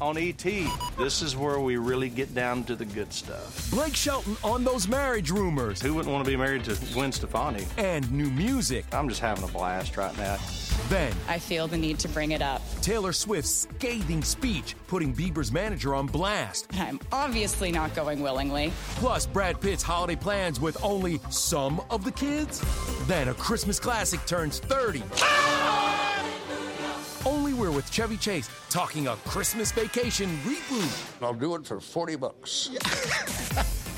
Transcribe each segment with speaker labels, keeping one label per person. Speaker 1: on ET. This is where we really get down to the good stuff.
Speaker 2: Blake Shelton on those marriage rumors
Speaker 1: Who wouldn't want to be married to Gwen Stefani?
Speaker 2: and new music.
Speaker 1: I'm just having a blast right now.
Speaker 2: Then,
Speaker 3: I feel the need to bring it up.
Speaker 2: Taylor Swift's scathing speech putting Bieber's manager on blast.
Speaker 3: And I'm obviously not going willingly.
Speaker 2: Plus, Brad Pitt's holiday plans with only some of the kids. Then, a Christmas classic turns 30. Only we're with Chevy Chase talking a Christmas vacation reboot.
Speaker 4: I'll do it for 40 bucks.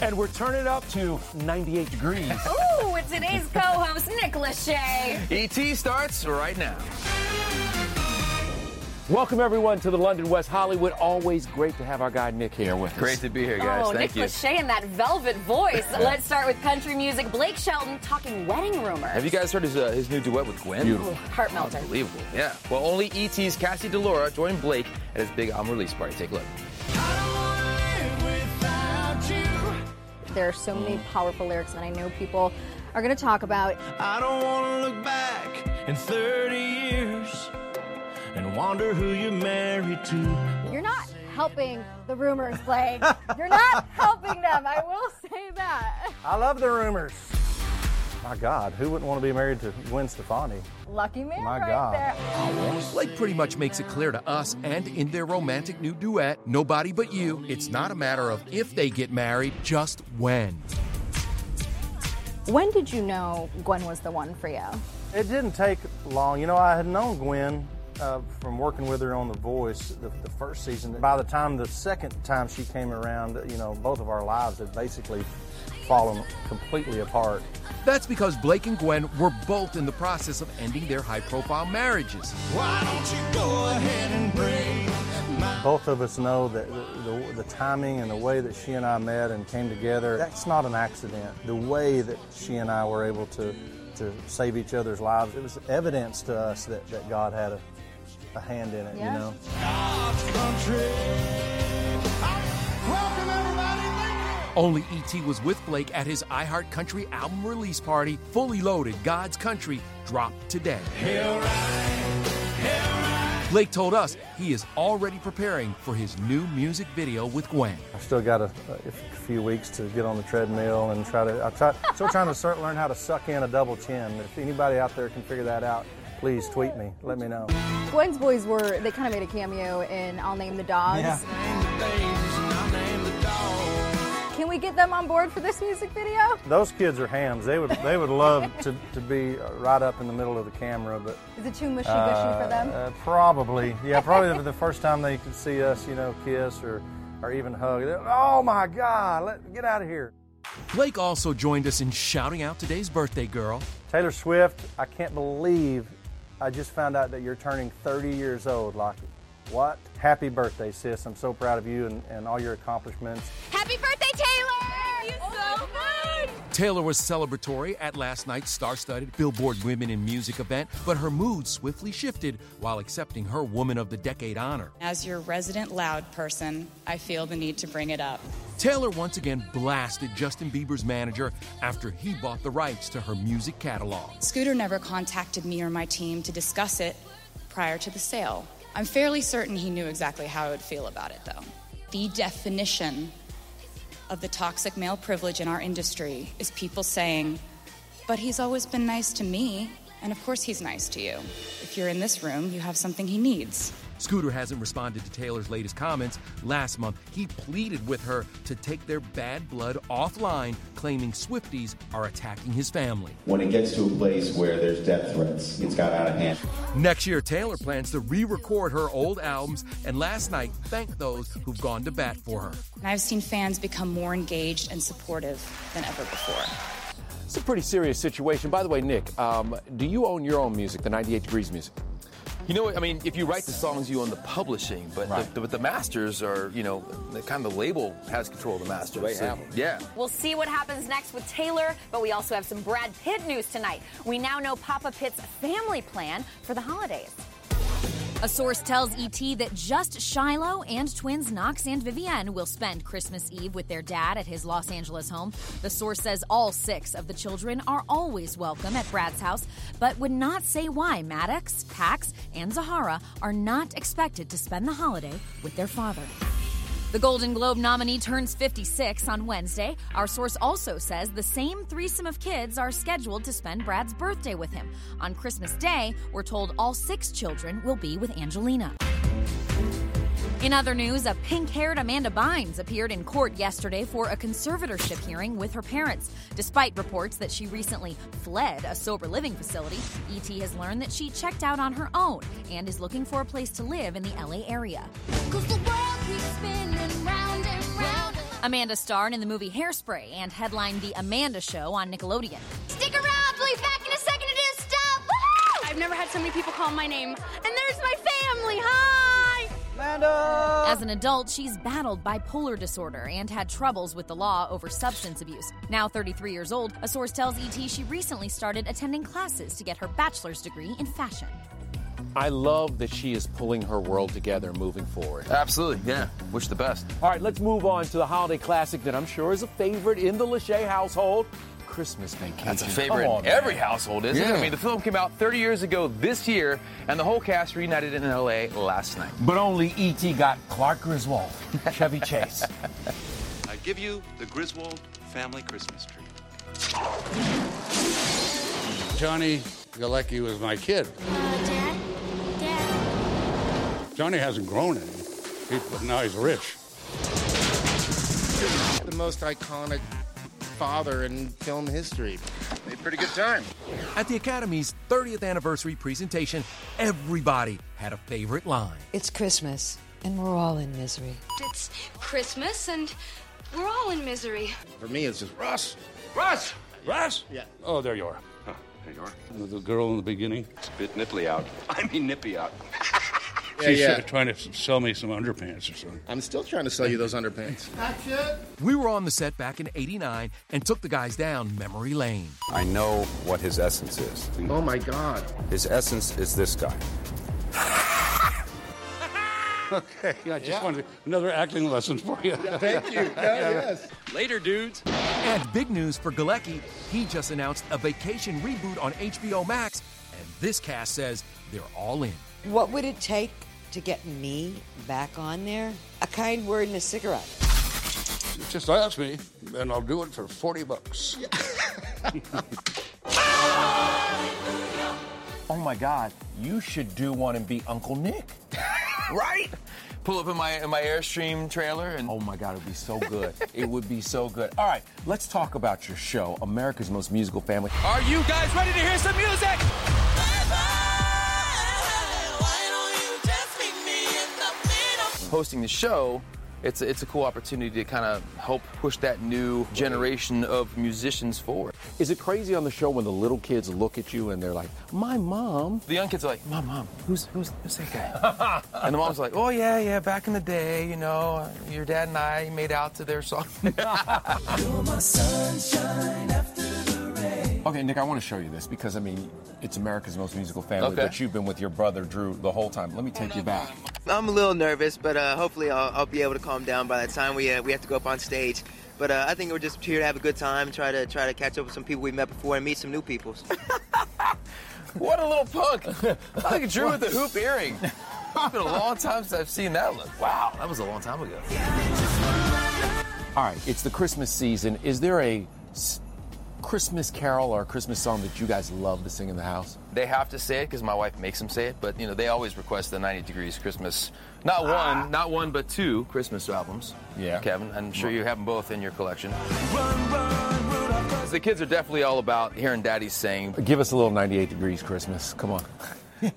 Speaker 5: And we're turning it up to 98 degrees.
Speaker 6: Ooh, with today's co-host Nick Lachey.
Speaker 7: ET E starts right now.
Speaker 5: Welcome everyone to the London West Hollywood. Always great to have our guy Nick here with us.
Speaker 7: Great to be here, guys.
Speaker 6: oh, Nick
Speaker 7: Thank you.
Speaker 6: Lachey in that velvet voice. Let's start with country music. Blake Shelton talking wedding rumors.
Speaker 7: Have you guys heard his, uh, his new duet with Gwen?
Speaker 6: Ooh, heart melter.
Speaker 7: Unbelievable. Yeah. Well, only ET's Cassie DeLora joined Blake at his big album release party. Take a look.
Speaker 6: There are so many
Speaker 7: Mm.
Speaker 6: powerful lyrics that I know people are going to talk about.
Speaker 8: I don't want to look back in 30 years and wonder who you're married to.
Speaker 6: You're not helping the rumors, Blake. You're not helping them. I will say that.
Speaker 1: I love the rumors. My God, who wouldn't want to be married to Gwen Stefani?
Speaker 6: Lucky man
Speaker 1: My
Speaker 6: right
Speaker 1: God.
Speaker 6: there.
Speaker 2: Blake pretty much makes it clear to us and in their romantic new duet, Nobody But You, it's not a matter of if they get married, just when.
Speaker 6: When did you know Gwen was the one for you?
Speaker 1: It didn't take long. You know, I had known Gwen uh, from working with her on The Voice, the, the first season. By the time the second time she came around, you know, both of our lives had basically fallen completely apart.
Speaker 2: That's because Blake and Gwen were both in the process of ending their high profile marriages.
Speaker 8: Why don't you go ahead and pray?
Speaker 1: Both of us know that the, the, the timing and the way that she and I met and came together, that's not an accident. The way that she and I were able to, to save each other's lives, it was evidence to us that, that God had a, a hand in it,
Speaker 6: Yeah.
Speaker 1: you know?
Speaker 8: God's country. Welcome, everybody. Thank
Speaker 2: Only E.T. was with Blake at his iHeart Country album release party, fully loaded God's Country, dropped today.
Speaker 8: you. He'll ride, he'll ride.
Speaker 2: Blake told us he is already preparing for his new music video with Gwen.
Speaker 1: I've still got a, a few weeks to get on the treadmill and try to, I try, still trying to start, learn how to suck in a double chin. If anybody out there can figure that out, please tweet me, let me know.
Speaker 6: Gwen's boys were, they kind of made a cameo in I'll Name the Dogs.
Speaker 8: Name the babies and I'll name the dog.
Speaker 6: Can we get them on board for this music video?
Speaker 1: Those kids are hams. They would, they would love to, to be right up in the middle of the camera, but
Speaker 6: Is it too mushy gushy for
Speaker 1: Uh,
Speaker 6: them?
Speaker 1: uh, probably, yeah, probably the first time they could see us, you know, kiss or, or even hug. They're, oh my God, let get out of here.
Speaker 2: Blake also joined us in shouting out today's birthday girl.
Speaker 1: Taylor Swift, I can't believe I just found out that you're turning 30 years old, Lockie. What? Happy birthday, sis. I'm so proud of you and, and all your accomplishments.
Speaker 6: Happy birthday, Taylor! you so much!
Speaker 2: Taylor was celebratory at last night's star studded Billboard Women in Music event, but her mood swiftly shifted while accepting her Woman of the Decade honor.
Speaker 3: As your resident loud person, I feel the need to bring it up.
Speaker 2: Taylor once again blasted Justin Bieber's manager after he bought the rights to her music catalog.
Speaker 3: Scooter never contacted me or my team to discuss it prior to the sale. I'm fairly certain he knew exactly how I would feel about it, though. The definition of the toxic male privilege in our industry is people saying, but he's always been nice to me, and of course he's nice to you. If you're in this room, you have something he needs.
Speaker 2: Scooter hasn't responded to Taylor's latest comments. Last month, he pleaded with her to take their bad blood offline, claiming Swifties are attacking his family.
Speaker 9: when it gets to a place where there's death threats, it's got out of hand.
Speaker 2: Next year, Taylor plans to re record her old albums and last night thanked those who've gone to bat for her.
Speaker 3: And I've seen fans become more engaged and supportive than ever before.
Speaker 2: It's a pretty serious situation. By the way, Nick, um, do you own your own music, the 98 Degrees music?
Speaker 10: You know what? I mean, if you write the songs, you own the publishing, but
Speaker 2: Right.
Speaker 10: the, the, but the masters are, you know, the kind of the label has control of the masters.
Speaker 2: they have 'em.
Speaker 10: yeah.
Speaker 11: We'll see what happens next with Taylor, but we also have some Brad Pitt news tonight. We now know Papa Pitt's family plan for the holidays. A source tells ET that just Shiloh and twins Knox and Vivienne will spend Christmas Eve with their dad at his Los Angeles home. The source says all six of the children are always welcome at Brad's house, but would not say why Maddox, Pax, and Zahara are not expected to spend the holiday with their father. The Golden Globe nominee turns 56 on Wednesday. Our source also says the same threesome of kids are scheduled to spend Brad's birthday with him. On Christmas Day, we're told all six children will be with Angelina. In other news, a pink haired Amanda Bynes appeared in court yesterday for a conservatorship hearing with her parents. Despite reports that she recently fled a sober living facility, ET has learned that she checked out on her own and is looking for a place to live in the LA area. Amanda starred in the movie Hairspray and headlined The Amanda Show on Nickelodeon.
Speaker 3: Stick around, we'll be back in a second to do stuff. Woohoo! I've never had so many people call my name. And there's my family. Hi! Amanda!
Speaker 11: As an adult, she's battled bipolar disorder and had troubles with the law over substance abuse. Now 33 years old, a source tells ET she recently started attending classes to get her bachelor's degree in fashion.
Speaker 2: I love that she is pulling her world together and moving forward.
Speaker 10: Absolutely, yeah. Wish the best.
Speaker 2: All right, let's move on to the holiday classic that I'm sure is a favorite in the Lachey household Christmas Vacation.
Speaker 10: That's a favorite in every household, isn't it? I mean, the film came out 30 years ago this year, and the whole cast reunited in LA last night.
Speaker 2: But only E.T. got Clark Griswold, Chevy Chase.
Speaker 7: I give you the Griswold family Christmas tree.
Speaker 4: Johnny Galecki was my kid. Johnny hasn't grown any, He- but now he's rich.
Speaker 1: The most iconic father in film history.
Speaker 4: a pretty good time.
Speaker 12: At the Academy's 30th anniversary presentation, everybody had a favorite line.
Speaker 13: It's Christmas, and we're all in misery.
Speaker 3: It's Christmas and we're all in misery.
Speaker 4: For me, it's just Russ. Russ! Russ! Yeah. Oh, there you are.
Speaker 7: There you are.
Speaker 4: The girl in the beginning.
Speaker 7: It's a bit nipply out. I mean nippy out.
Speaker 1: Yeah,
Speaker 4: She's
Speaker 1: yeah.
Speaker 4: uh, trying to s- sell me some underpants or something.
Speaker 1: I'm still trying to sell you those underpants.
Speaker 4: That's it.
Speaker 12: We were on the set back in 89 and took the guys down memory lane.
Speaker 14: I know what his essence is. Oh my God. His essence is this guy.
Speaker 4: Okay, I just wanted another acting lesson for you.
Speaker 12: Thank you.
Speaker 10: Oh,
Speaker 12: Yeah, yes.
Speaker 7: Later, dudes.
Speaker 12: And big news for Galecki, he just announced a vacation reboot on HBO Max, and this cast says they're all in.
Speaker 13: What would it take to get me back on there? A kind word and a cigarette.
Speaker 4: Just ask me, and I'll do it for 40 bucks.
Speaker 2: Oh my God, you should do one and be Uncle Nick.
Speaker 10: right? Pull up in my in my airstream trailer and
Speaker 2: Oh my God, it would be so good. it would be so good. All right, let's talk about your show, America's Most Musical Family.
Speaker 10: Are you guys ready to hear some music? Hosting the show, it's a, it's a cool opportunity to kind of help push that new generation of musicians forward.
Speaker 2: Is it crazy on the show when the little kids look at you and they're like, my mom?
Speaker 10: The young kids are like, Mom, Mom, who's, who's, who's that guy? and the mom's like, Oh, yeah, yeah, back in the day, you know, your dad and I made out to their song.
Speaker 2: Okay, Nick, I want to show you this because I mean, it's America's Most Musical Family,
Speaker 15: Okay.
Speaker 2: but you've been with your brother Drew the whole time. Let me take you back.
Speaker 15: I'm a little nervous, but uh, hopefully I'll, I'll be able to calm down by the time we uh, we have to go up on stage. But uh, I think we're just here to have a good time, try to try to catch up with some people we met before and meet some new people.
Speaker 10: what a little punk! I think Drew with the hoop earring. It's been a long time since I've seen that look. Wow, that was a long time ago.
Speaker 2: All right, it's the Christmas season. Is there a s- Christmas carol or a Christmas song that you guys love to sing in the house?
Speaker 10: They have to say it because my wife makes them say it, but you know they always request the 90 Degrees Christmas. Not one, not one, but two Christmas albums. Ah. Yeah, Kevin, I'm sure you have them both in your collection. The kids are definitely all about hearing Daddy sing.
Speaker 2: Give us a little 98 Degrees Christmas. Come on.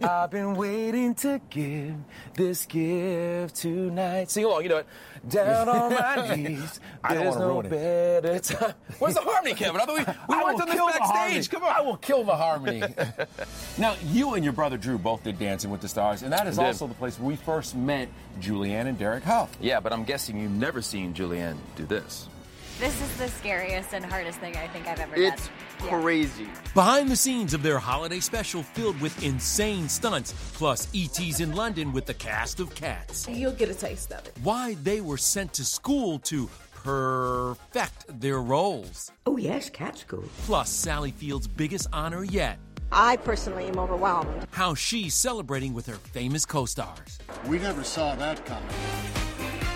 Speaker 7: I've been waiting to give this gift tonight. Sing along, you know it. Down on my knees.
Speaker 16: I don't
Speaker 7: There's
Speaker 16: wanna
Speaker 7: no
Speaker 16: ruin it.
Speaker 7: better time. Where's the harmony, Kevin? I thought we, we
Speaker 16: I
Speaker 7: worked
Speaker 16: will
Speaker 7: on this
Speaker 16: kill the
Speaker 7: backstage.
Speaker 16: harmony. I will kill the harmony. now, you and your brother Drew both did Dancing with the Stars, and that is
Speaker 7: Did.
Speaker 16: also the place we first met Julianne and Derek Huff.
Speaker 7: Yeah, but I'm guessing you've never seen Julianne do this.
Speaker 11: This is the scariest and hardest thing I think I've ever
Speaker 17: It's
Speaker 11: done. Yeah.
Speaker 17: crazy.
Speaker 2: Behind the scenes of their holiday special filled with insane stunts, plus ETs in London with the cast of Cats.
Speaker 18: You'll get a taste of it.
Speaker 2: Why they were sent to school to perfect their roles.
Speaker 3: Oh, yes, cat school.
Speaker 2: Plus Sally Field's biggest honor yet,
Speaker 3: I personally am overwhelmed.
Speaker 2: how she's celebrating with her famous co-stars.
Speaker 10: We never saw that coming.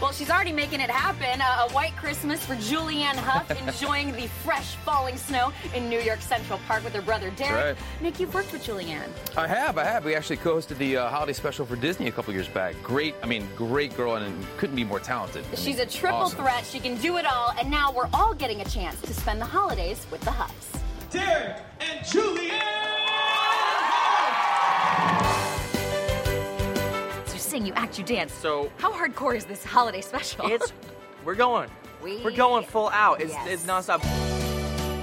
Speaker 11: Well, she's already making it happen. A, a white Christmas for Julianne Huff, enjoying the fresh falling snow in New York Central Park with her brother Derek.
Speaker 7: right.
Speaker 11: Nick, you've worked with Julianne.
Speaker 7: I have, I have. We actually co-hosted the uh, holiday special for Disney a couple years back. Great, I mean, great girl, and couldn't be more talented. I
Speaker 11: She's
Speaker 7: mean,
Speaker 11: a triple
Speaker 7: awesome.
Speaker 11: threat. She can do it all, and now we're all getting a chance to spend the holidays with the Huffs.
Speaker 19: Derek and Julianne!
Speaker 11: You sing, you act, you dance. So how hardcore is this holiday special? It's
Speaker 1: We're going.
Speaker 11: We-
Speaker 1: are going full out. It's,
Speaker 11: Yes.
Speaker 1: it's nonstop.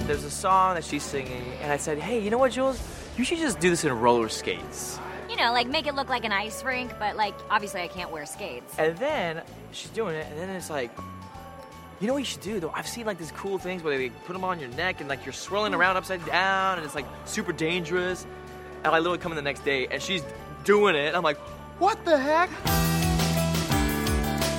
Speaker 1: There's a song that she's singing, and I said, hey, you know what, Jules? You should just do this in roller skates.
Speaker 11: you know like make it look like an ice rink, but like obviously I can't wear skates.
Speaker 1: And then she's doing it, and then it's like, you know what you should do though? I've seen like these cool things where they like, put them on your neck and like you're swirling around upside down, and it's like super dangerous. And I literally come in the next day, and she's doing it. and I'm like, What the heck?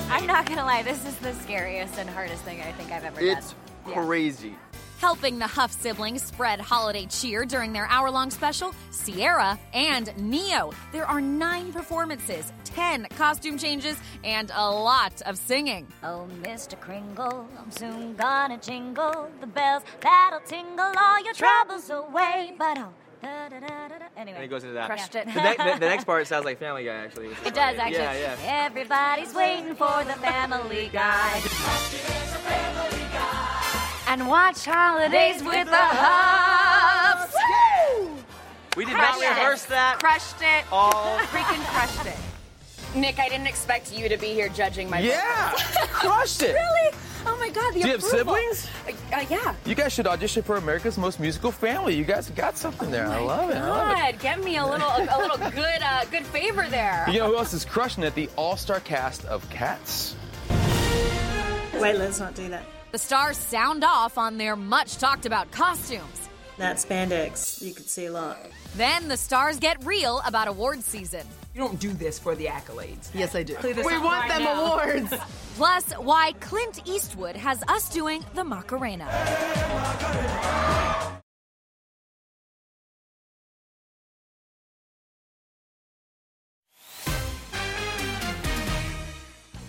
Speaker 11: I'm not gonna lie, this is the scariest and hardest thing I think I've ever
Speaker 10: It's
Speaker 11: done. Yeah.
Speaker 10: crazy.
Speaker 11: Helping the Huff siblings spread holiday cheer during their hour long special, Sierra and Neo. There are nine performances, 10 costume changes, and a lot of singing.
Speaker 20: Oh, Mr. Kringle, I'm soon gonna jingle the bells that'll tingle all your troubles away. But oh, da, da, da, da, da. anyway,
Speaker 1: And it goes into that.
Speaker 20: crushed it.
Speaker 1: The, ne- the- the next part sounds like Family Guy, actually.
Speaker 20: It does actually.
Speaker 1: Yeah, yeah.
Speaker 20: Everybody's waiting for the Family Guy.
Speaker 11: And watch holidays with the Huffs.
Speaker 1: We did
Speaker 11: Crushed
Speaker 1: not rehearse
Speaker 11: it.
Speaker 1: that.
Speaker 11: Crushed it.
Speaker 1: All-
Speaker 11: freaking crushed it. Nick, I didn't expect you to be here judging my.
Speaker 7: Yeah, crushed it.
Speaker 11: really? Oh my God! The
Speaker 7: Do you have
Speaker 11: approval.
Speaker 7: siblings?
Speaker 11: Uh, uh, yeah.
Speaker 7: You guys should audition for America's Most Musical Family. You guys got something there.
Speaker 11: Oh
Speaker 7: I love it. I love it.
Speaker 11: God, get me a little, a, a little good, uh, good favor there.
Speaker 7: You know who else is crushing it? The all-star cast of Cats.
Speaker 18: Wait, let's not do that.
Speaker 11: The stars sound off on their much talked about costumes.
Speaker 18: That spandex, you could see a lot.
Speaker 11: Then the stars get real about awards season.
Speaker 18: You don't do this for the accolades. Yes, I do.
Speaker 11: Plus, why Clint Eastwood has us doing the Macarena.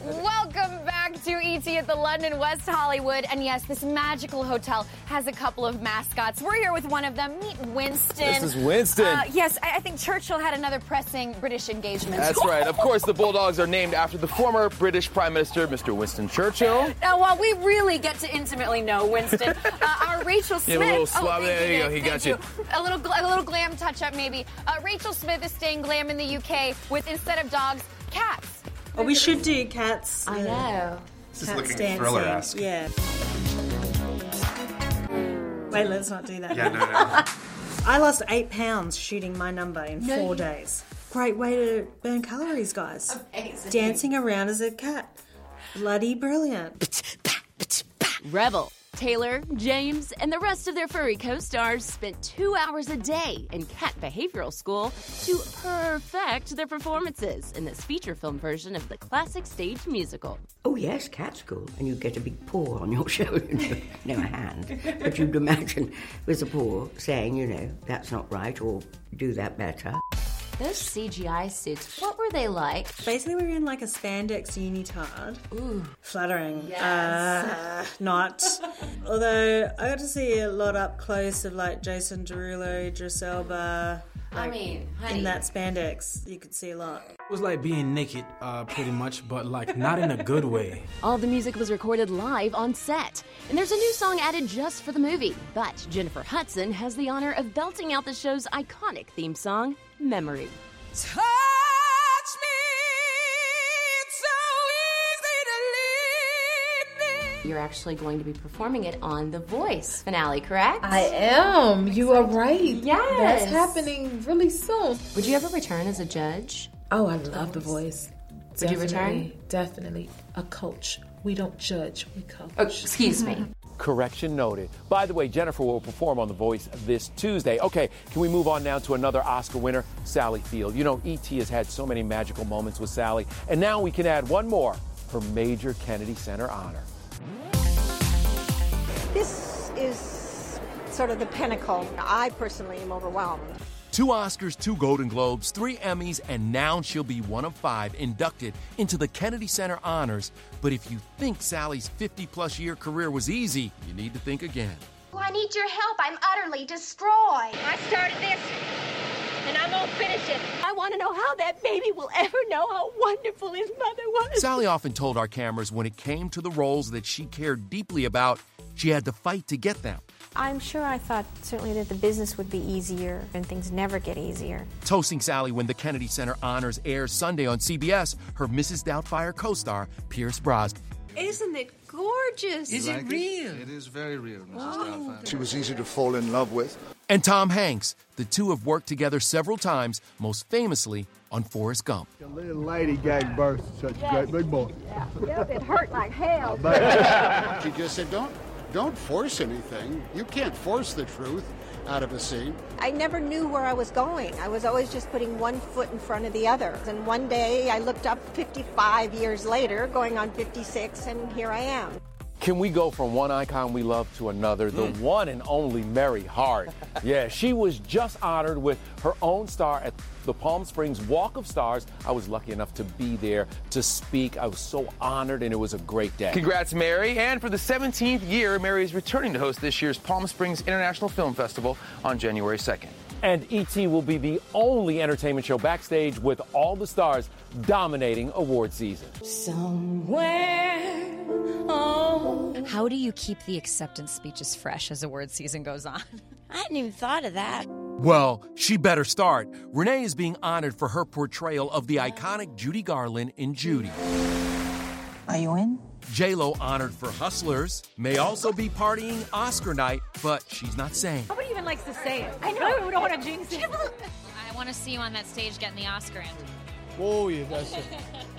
Speaker 11: Welcome back to ET at the London West Hollywood. And yes, this magical hotel has a couple of mascots. We're here with one of them. Meet Winston.
Speaker 7: This is Winston.
Speaker 11: Uh, yes, I, I think Churchill had another pressing British engagement.
Speaker 7: That's right. Of course, the Bulldogs are named after the former British Prime Minister, Mr. Winston Churchill.
Speaker 11: Now, while Uh, we really get to intimately know Winston, uh, our Rachel Smith. Oh,
Speaker 7: Yeah, a little suave.
Speaker 11: thank
Speaker 7: There you go.
Speaker 11: Nick.
Speaker 7: He
Speaker 11: Thank
Speaker 7: got you.
Speaker 11: A little, gl- a little glam touch up, maybe. Uh, Rachel Smith is staying glam in the UK with instead of dogs, cats.
Speaker 18: Oh, we should do cats. I
Speaker 11: know.
Speaker 18: This
Speaker 11: is looking thriller-esque.
Speaker 18: Yeah. Wait, let's not do that.
Speaker 21: Yeah, no, no.
Speaker 18: I lost eight pounds shooting my number in
Speaker 21: No,
Speaker 18: four
Speaker 21: you-
Speaker 18: days. Great way to burn calories, guys.
Speaker 21: Amazing.
Speaker 18: Dancing around as a cat. Bloody brilliant.
Speaker 4: Revel. Taylor, James, and the rest of their furry co stars spent two hours a day in cat behavioral school to perfect their performances in this feature film version of the classic stage musical.
Speaker 3: Oh, yes, cat school. And you get a big paw on your shoulder. no, a hand. But you'd imagine with a paw saying, you know, that's not right or do that better.
Speaker 22: Those CGI suits, what were they like?
Speaker 3: Basically, we were in like a spandex unitard.
Speaker 22: Ooh.
Speaker 3: Flattering.
Speaker 22: Yes.
Speaker 3: Uh, not. Although, I got to see a lot up close of like Jason Derulo, Idris Elba.
Speaker 22: I
Speaker 3: like,
Speaker 22: mean, honey.
Speaker 3: in that spandex, you could see a lot.
Speaker 23: It was like being naked, uh, pretty much, but like not in a good way.
Speaker 22: All the music was recorded live on set, and there's a new song added just for the movie. But Jennifer Hudson has the honor of belting out the show's iconic theme song, Memory. You're actually going to be performing it on The Voice finale, correct?
Speaker 18: I am. You are right.
Speaker 22: Yes.
Speaker 18: That's happening really soon.
Speaker 22: Would you ever return as a judge?
Speaker 18: Oh, I love The Voice.
Speaker 22: Would you return?
Speaker 18: Definitely, Definitely. A coach. We don't judge, we coach.
Speaker 22: Oh, excuse me.
Speaker 24: Correction noted. By the way, Jennifer will perform on The Voice this Tuesday. Okay, can we move on now to another Oscar winner, Sally Field? You know,
Speaker 7: E
Speaker 24: E.T. has had so many magical moments with Sally, and now we can add one more her major Kennedy Center honor.
Speaker 25: This is sort of the pinnacle. I personally am overwhelmed.
Speaker 2: Two Oscars, two Golden Globes, three Emmys, and now she'll be one of five inducted into the Kennedy Center Honors. But if you think Sally's 50 plus year career was easy, you need to think again.
Speaker 4: I need your help. I'm utterly destroyed. I started this, and I'm gonna finish it. I want to know how that baby will ever know how wonderful his mother was.
Speaker 2: Sally often told our cameras when it came to the roles that she cared deeply about, she had to fight to get them.
Speaker 26: I'm sure I thought certainly that the business would be easier, and things never get easier.
Speaker 2: Toasting Sally when the Kennedy Center Honors airs Sunday on CBS, her Mrs. Doubtfire co star, Pierce Brosnan.
Speaker 3: Isn't it gorgeous?
Speaker 27: Is it Like it? real?
Speaker 3: It
Speaker 27: is very real, Mrs. She was easy to fall in love with.
Speaker 2: And Tom Hanks. The two have worked together several times, most famously on Forrest Gump.
Speaker 28: A little lady gave birth to such a great big boy.
Speaker 4: yep, it hurt like hell.
Speaker 28: she just said, don't,
Speaker 27: Don't force anything. You can't force the truth out of a scene.
Speaker 25: I never knew where I was going. I was always just putting one foot in front of the other. And one day I looked up 55 years later, going on 56, and here I am.
Speaker 24: Can we go from one icon we love to another, the one and only Mary Hart? yeah, she was just honored with her own star at the Palm Springs Walk of Stars. I was lucky enough to be there to speak. I was so honored, and it was a great day.
Speaker 7: Congrats, Mary. And for the 17th year, Mary is returning to host this year's Palm Springs International Film Festival on January 2nd.
Speaker 24: And ET will be the only entertainment show backstage with all the stars dominating award season.
Speaker 11: Somewhere. Oh. How do you keep the acceptance speeches fresh as award season goes on? I hadn't even thought of that.
Speaker 2: Well, she better start. Renee is being honored for her portrayal of the iconic Judy Garland in Judy.
Speaker 29: Are you in?
Speaker 2: J-Lo honored for Hustlers may also be partying Oscar night, but she's not saying.
Speaker 11: Nobody even likes to say it. I
Speaker 29: know, we don't wanna jinx
Speaker 11: it. I want to see you on that stage getting the Oscar in.
Speaker 29: Oh, yeah, that's it.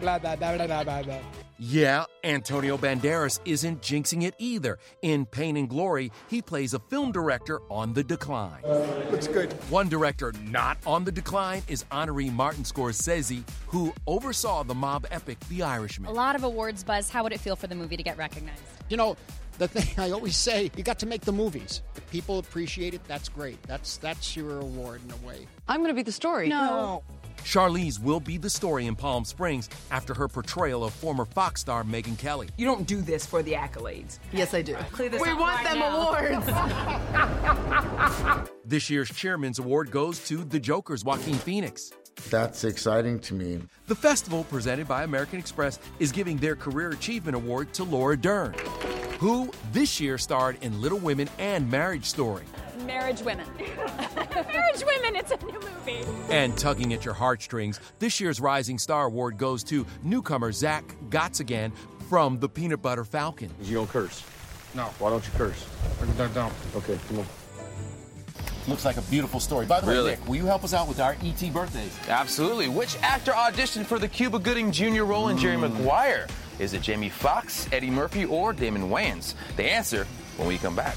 Speaker 29: Blah, blah, blah, blah, blah, blah.
Speaker 2: Yeah, Antonio Banderas isn't jinxing it either. In Pain and Glory, he plays a film director on the decline.
Speaker 28: Looks good.
Speaker 2: One director not on the decline is honoree Martin Scorsese, who oversaw the mob epic The Irishman.
Speaker 11: A lot of awards buzz. How would it feel for the movie to get recognized?
Speaker 29: You know, the thing I always say, you got to make the movies. If people appreciate it, that's great. That's that's your award in a way.
Speaker 30: I'm going to be the story.
Speaker 29: No.
Speaker 2: Charlize will be the story in Palm Springs after her portrayal of former Fox star Megan Kelly.
Speaker 31: You don't do this for the accolades.
Speaker 30: Yes, I do.
Speaker 31: Clear this
Speaker 30: we
Speaker 31: up
Speaker 30: want
Speaker 31: right
Speaker 30: them
Speaker 31: now.
Speaker 30: awards.
Speaker 2: This year's Chairman's Award goes to The Joker's Joaquin Phoenix.
Speaker 28: That's exciting to me.
Speaker 2: The festival, presented by American Express, is giving their Career Achievement Award to Laura Dern, who this year starred in Little Women and Marriage Story.
Speaker 11: Marriage Women. Marriage Women, it's a new movie.
Speaker 2: And tugging at your heartstrings, this year's Rising Star Award goes to newcomer Zach Gotzagan from the Peanut Butter Falcon.
Speaker 1: You don't curse. No. Why don't you curse? I don't. Okay, come on.
Speaker 24: Looks like a beautiful story. By the
Speaker 7: Really?
Speaker 24: way, Nick, will you help us out with our ET birthdays?
Speaker 7: Absolutely. Which actor auditioned for the Cuba Gooding Jr. role in Jerry Maguire? Is it Jamie Foxx, Eddie Murphy, or Damon Wayans? The answer when we come back.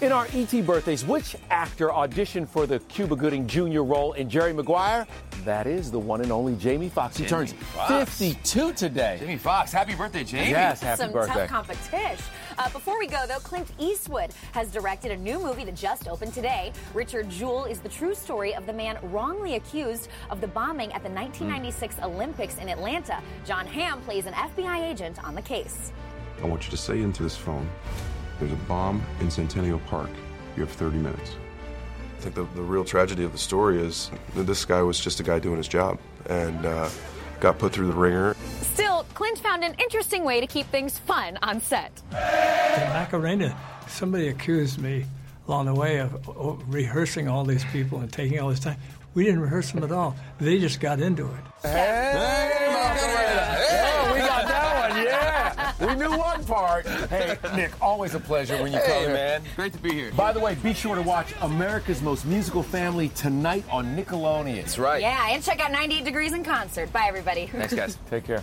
Speaker 2: In our ET birthdays, which actor auditioned for the Cuba Gooding Jr. role in Jerry Maguire? That is the one and only Jamie Foxx. He
Speaker 7: Jamie
Speaker 2: turns
Speaker 7: Foxx.
Speaker 2: 52 today.
Speaker 7: Jamie Foxx, happy birthday, Jamie.
Speaker 2: Yes, happy
Speaker 11: Some
Speaker 2: birthday.
Speaker 11: tough competition. Uh, before we go, though, Clint Eastwood has directed a new movie that just opened today. Richard Jewell is the true story of the man wrongly accused of the bombing at the
Speaker 2: Hmm.
Speaker 11: 1996 Olympics in Atlanta. John Hamm plays an FBI agent on the case.
Speaker 4: I want you to say into this phone, there's a bomb in Centennial Park. You have 30 minutes. I think the, the real tragedy of the story is that this guy was just a guy doing his job and uh, got put through the ringer.
Speaker 11: Still, Clint found an interesting way to keep things fun on set.
Speaker 1: The Macarena, somebody accused me along the way of oh, rehearsing all these people and taking all this time. We didn't rehearse them at all. They just got into it.
Speaker 2: Oh, we got that one, yeah. We knew one part. Hey, Nick, always a pleasure when you come
Speaker 7: Hey,
Speaker 2: here.
Speaker 7: man. Great to be here.
Speaker 2: By the way, be sure to watch America's Most Musical Family tonight on Nickelodeon. That's right.
Speaker 11: Yeah, and check out 98 Degrees in concert. Bye, everybody.
Speaker 2: Take care.